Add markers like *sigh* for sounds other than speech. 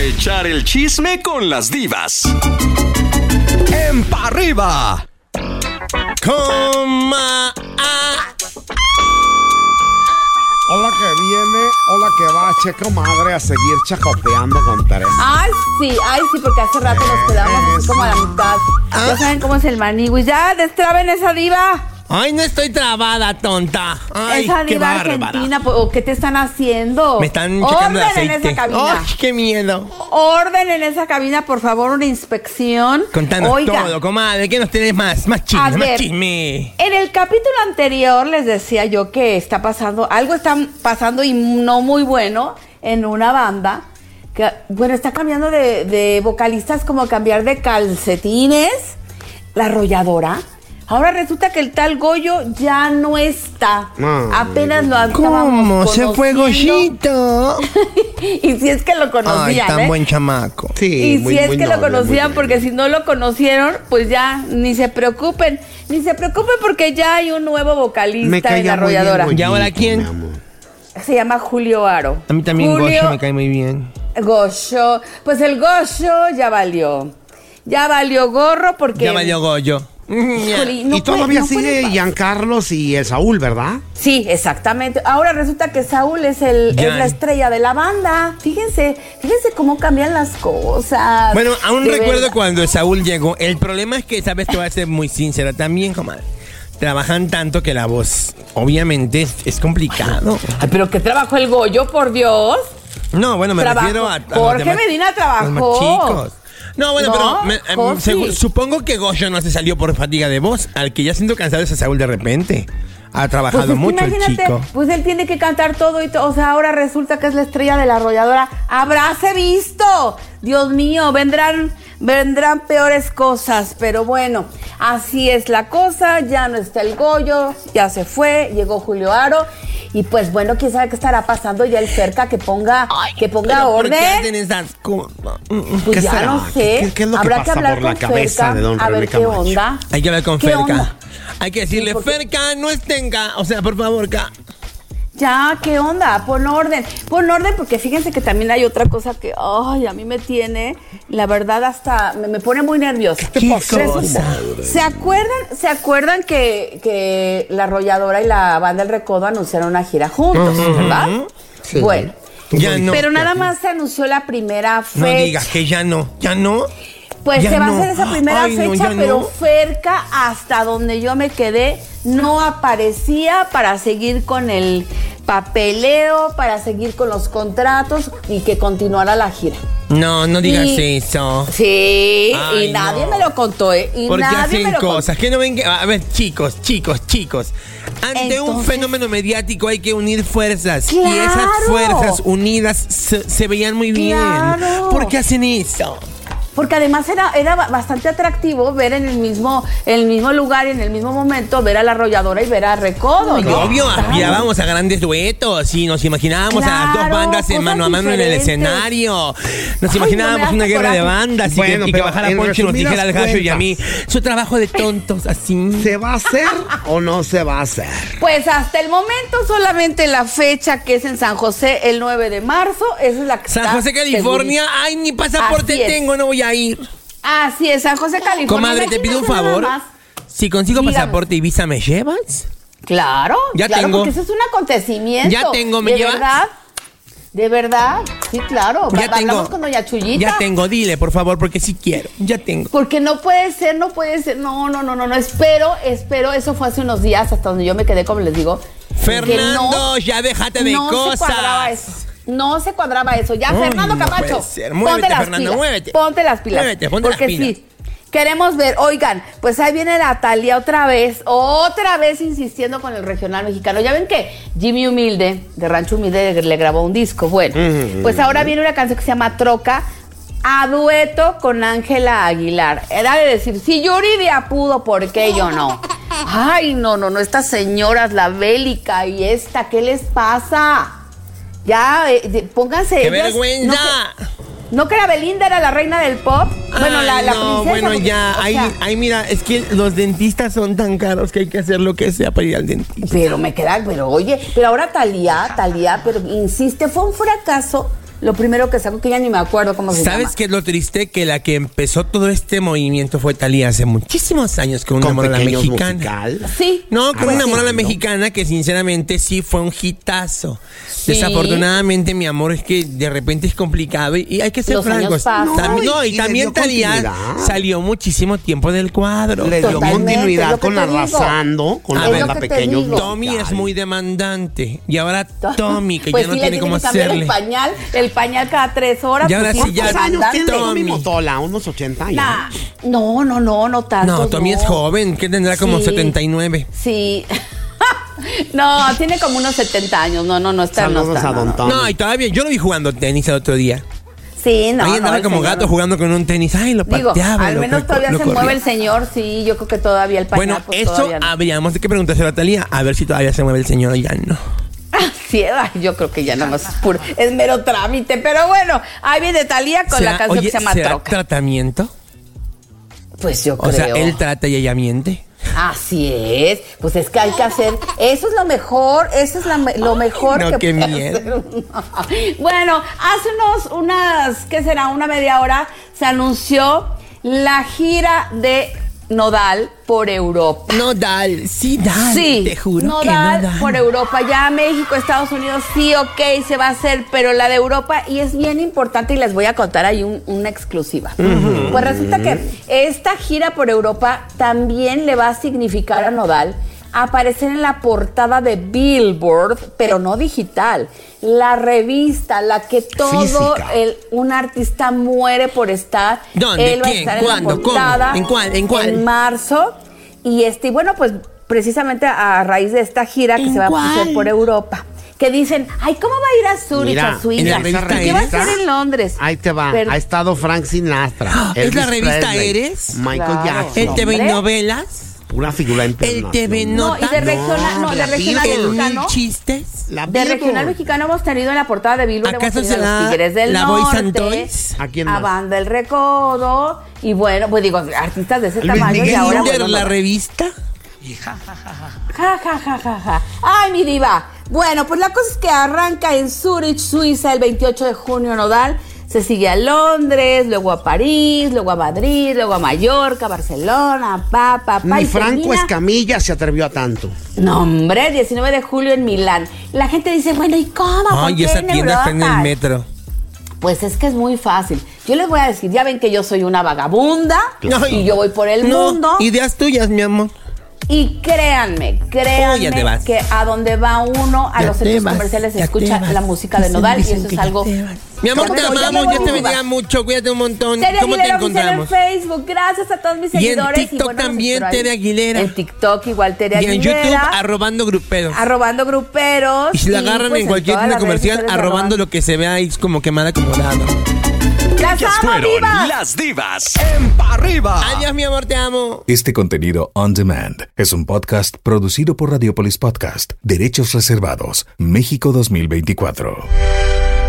echar el chisme con las divas. En pa' arriba. Coma. ah. Hola que viene, hola que va, checo madre, a seguir chacopeando con Teresa. Ay, sí, ay, sí, porque hace rato nos quedamos así como a la mitad. Ah. Ya saben cómo es el manigüis. Ya, destraben esa diva. Ay, no estoy trabada, tonta. Ay, esa qué diva bárbara. argentina. po- ¿o ¿Qué te están haciendo? Me están checando el Orden en aceite. esa cabina. Ay, qué miedo. Orden en esa cabina, por favor, una inspección. Contanos Oiga, todo, comadre. ¿Qué nos tenés más? Más A chisme, más ver. chisme. En el capítulo anterior les decía yo que está pasando, algo está pasando y no muy bueno en una banda. Que, bueno, está cambiando de, de vocalistas como cambiar de calcetines, la arrolladora. Ahora resulta que el tal Goyo ya no está. No, Apenas lo ¿Cómo? estábamos Se fue conociendo. Goyito. *laughs* y si es que lo Ay, conocían, tan ¿eh? buen chamaco. Sí, Y muy- si es muy que lo noble, muy conocían, bueno. porque si no lo conocieron, pues ya ni se preocupen. Ni se preocupen porque ya hay un nuevo Me vocalista en la caía muy bien arrolladora. Goyito, ¿Y ahora quién? mi amor. Se llama Julio Aro. A mí también Julio Goyo me cae muy bien. Goyo. Pues el Goyo ya valió. Ya valió gorro porque. Ya valió Goyo. Híjole, no y puede- todavía no puede sigue pa- Giancarlos y el Saúl, ¿verdad? Sí, exactamente. Ahora resulta que Saúl es, el, Ya. es la estrella de la banda. Fíjense, fíjense cómo cambian las cosas. Bueno, aún De recuerdo verdad. cuando Saúl llegó. El problema es que, sabes, te voy a ser muy sincera también, comadre. Trabajan tanto que la voz, obviamente, es, es complicado. Ay, pero qué trabajó el Goyo, por Dios. No, bueno, me Trabajo. refiero a. a los Jorge demás- Medina los más trabajó. chicos. No, bueno, No, pero me- em, Jorge. segu- supongo que Goyo no se salió por fatiga de voz. Al que ya siento cansado es a Saúl de repente. Ha Pues trabajado es que mucho el imagínate, chico. pues él tiene que cantar todo y todo. O sea, ahora resulta que es la estrella de la arrolladora. ¡Habráse visto! Dios mío, vendrán, vendrán peores cosas. Pero bueno, así es la cosa. Ya no está el Goyo, ya se fue, llegó Julio Aro. Y pues bueno, quién sabe qué estará pasando ya el cerca que ponga, que ponga Pero, ¿por qué orden. hacen esas cosas? Pues ¿Qué ya será? no sé. ¿Qué- qué- qué es lo que Habrá pasa hablar por la con cabeza Ferca, de don A ver René qué Camacho? onda. Hay que hablar con ¿Qué Ferca. onda? Hay que decirle, Sí, porque- Ferca, no estenga. O sea, por favor, Ca. Ya, ¿qué onda? Pon orden. Pon orden porque fíjense que también hay otra cosa que, ay, a mí me tiene, la verdad, hasta me, me pone muy nerviosa. ¿Qué Resulta- cosa? ¿Se acuerdan, ¿se acuerdan que, que la arrolladora y la banda del Recodo anunciaron una gira juntos, verdad? Bueno. Ya no. pero nada más se anunció la primera No fecha. digas que ya no. Ya no. Pues Ya se va no. a hacer esa primera Ay, no, fecha, ya pero no. Ferca, hasta donde yo me quedé, no aparecía para seguir con el papeleo, para seguir con los contratos y que continuara la gira. No, no digas Y- eso. Sí, Ay, y nadie no. me lo contó, ¿eh? Y Porque nadie me hacen lo cosas que no ven que... A ver, chicos, chicos, chicos. Ante un Entonces- fenómeno mediático hay que unir fuerzas. Y esas ¡Claro! fuerzas unidas se, se veían muy bien. ¡Claro! ¿Por qué hacen eso? contó. Porque además era, era ba- bastante atractivo ver en el mismo, en el mismo lugar y en el mismo momento ver a la arrolladora y ver a Recodo. Porque ¿no? obvio, Claro. aspirábamos a grandes duetos y nos imaginábamos a las dos Claro, bandas en cosas mano a mano diferentes. en el escenario. Nos Ay, imaginábamos no me hagas una guerra de coraje. bandas y, que- Bueno, y que, pero bajara en Poncho y nos resumidas dijera al gallo y a mí. cuentas. Su trabajo de tontos, así. ¿Se va a *laughs* hacer o no se va a hacer? Pues hasta el momento solamente la fecha que es en San José el 9 de marzo, esa es la que San está José, California. Ay, ni Así pasaporte es. tengo, no voy a ir. segurita. Así es, San José, California. Comadre, te pido un Imagínate nada favor. más. Si consigo Dígame. pasaporte y visa, ¿me llevas? Claro, Ya claro, tengo. porque eso es un acontecimiento. Ya tengo, ¿me ¿De llevas? verdad? ¿De verdad? Sí, claro. Ya Va- tengo. Hablamos con doña Chuyita. Ya tengo, dile, por favor, porque sí quiero. Ya tengo. Porque no puede ser, no puede ser. No, no, no, no, no. Espero, espero. Eso fue hace unos días hasta donde yo me quedé, como les digo. que Fernando, no- ya déjate de no cosas. se cuadraba eso. No se cuadraba eso. Ya, Ay, Fernando no Camacho. puede ser. Muévete, ponte las Fernando, pilas. muévete. Ponte las pilas. Muévete, ponte las Porque pilas. sí. Queremos ver, oigan, pues ahí viene la Talia otra vez, otra vez insistiendo con el regional mexicano. Ya ven que Jimmy Humilde, de Rancho Humilde, le- le grabó un disco. Bueno, pues ahora viene una canción que se llama Troca, a dueto con Ángela Aguilar. Era de decir, si Yuridia pudo, ¿por qué yo no? Ay, no, no, no, estas señoras, la bélica y esta, ¿qué les pasa? Ya, eh, de- pónganse. ¡Qué ellas- vergüenza! no que- ¿No que la Belinda era la reina del pop? Bueno, la, Ay, la Ah, no, princesa. bueno, porque- ya. o Ahí, sea, ahí, mira, es que los dentistas son tan caros que hay que hacer lo que sea para ir al dentista. Pero me queda, pero oye, pero ahora Talía, Talía, pero insiste, fue un fracaso Lo primero que sacó, que ya ni me acuerdo cómo se llama. ¿Sabes qué es lo triste? Que la que empezó todo este movimiento fue Talía hace muchísimos años con una Con morola pequeños mexicana. musical. Ah, Sí. No, pues con una sí. morola mexicana que sinceramente sí fue un hitazo. Sí. Desafortunadamente, mi amor, es que de repente es complicado y, y hay que ser Los francos. años pasan. También- No, no, y, y- y le también dio Talía continuidad. salió muchísimo tiempo del cuadro. Le dio Totalmente, es continuidad lo que con te digo. Arrasando, con Es la lo banda que te pequeños digo. Tommy es muy demandante. Y ahora Tommy, que *laughs* Pues ya no sí, le tiene cómo que cambiar hacerle. el pañal, el pañal cada tres horas. Y ahora pues sí, ya- pues, ¿Cuántos años andante. tiene Tommy Tommy. Motola? ¿Unos 80 años? Nah, No, no, no, no tanto. No, Tommy no. es joven, que tendrá como Sí. 79. Sí. *laughs* no, tiene como unos 70 años. No, no, no está. No, Saludos está, a no, Don no. Tommy. No, y todavía yo lo vi jugando tenis el otro día. Sí, no. Ahí no, andaba el como señor gato no. jugando con un tenis. Ay, lo Digo, pateaba. al lo menos cor- todavía lo se corría. mueve el señor, sí, yo creo que todavía el pañal. Bueno, pues, eso todavía no. habríamos de que preguntárselo a Talía a ver si todavía se mueve el señor o ya no. Ah, *laughs* sí, ay, yo creo que ya nada más es puro, es mero trámite, pero bueno, ahí viene Talía con la ¿Será- canción oye, que se llama ¿será Troca. tratamiento? Pues yo O creo. sea, él trata y ella miente. Así es, pues es que hay que hacer, eso es lo mejor, eso es la me- lo mejor no, que qué puede miedo. hacer uno. Bueno, hace unos, unas, ¿qué será? Una media hora se anunció la gira de Nodal por Europa. No, Dal. Sí, Dal. Sí, Te juro que Nodal no, Dal. por Europa, ya México, Estados Unidos, sí, ok, se va a hacer, pero la de Europa, y es bien importante, y les voy a contar ahí un- una exclusiva. Pues resulta que esta gira por Europa también le va a significar a Nodal aparecer en la portada de Billboard, pero no digital, la revista, la que todo Física. el- un artista muere por estar. ¿Dónde? Él va ¿Quién? a estar en ¿Cuándo? la ¿Cómo? portada. ¿En cuál? ¿En cuál? marzo. Y este, y bueno, pues precisamente a raíz de esta gira que ¿En se va a cuál? hacer por Europa. Que dicen, ay, ¿cómo va a ir a Zurich, Mira, a Suiza? en la ¿Y revista ¿Qué va a esta? hacer en Londres? Ahí te va. Pero- Ha estado Frank Sinatra. Ah, ¿es Elvis la revista Presley, Eres? Michael Claro. Jackson. El TV Hombre. Novelas. Una figura El TV internacional. no, y de Notas. regional, no, de la regional El Billboard. Mil mexicano. Chistes. La De Billboard. regional mexicano hemos tenido en la portada de Bilbao, hemos ¿Acaso tenido a será los Tigres del la Boys and Norte, Toys? ¿A quién a más? Banda del Recodo, y bueno, pues digo, artistas de ese Luis tamaño y Miguel ahora... Kinder, bueno, la no- revista. Ja, ja, ja, ja, ja. Ay, mi diva. Bueno, pues la cosa es que arranca en Zurich, Suiza, el 28 de junio, Nodal. Se sigue a Londres, luego a París, luego a Madrid, luego a Mallorca, Barcelona, pa, pa, pa. Ni y Franco termina- Escamilla se atrevió a tanto. No, hombre, 19 de julio en Milán. La gente dice, bueno, ¿y cómo? ¿Por Ay, qué esa tienda está en el Europa? metro. Pues es que es muy fácil. Yo les voy a decir, ya ven que yo soy una vagabunda Ay. y yo voy por el No, mundo. Ideas tuyas, mi amor. Y créanme, Oh, ya créanme te vas. que a donde va uno, a Ya los te centros vas, comerciales se ya te escucha vas. la música de Dicen- Nodal y dicen eso que es ya algo... te vas. Mi amor, te Pero ya amamos, me Dios voy, te Buba. bendiga mucho, cuídate un montón. Tere ¿Cómo te Aguilera oficial encontramos? en Facebook, gracias a todos mis Y en seguidores. TikTok también, nos encontró ahí. Tere Aguilera. En TikTok igual Tere Y Aguilera. en YouTube, arrobando gruperos. arrobando gruperos. Y si la y, agarran pues, en cualquier todas tienda las redes comercial, sociales, arrobando lo que se vea ahí como que mal acomodado. ¡Las Ellas amo, fueron divas! las divas en Pa' arriba. Ah. Adiós, mi amor, te amo. Este contenido on demand es un podcast producido por Radiopolis Podcast, Derechos Reservados, México 2024.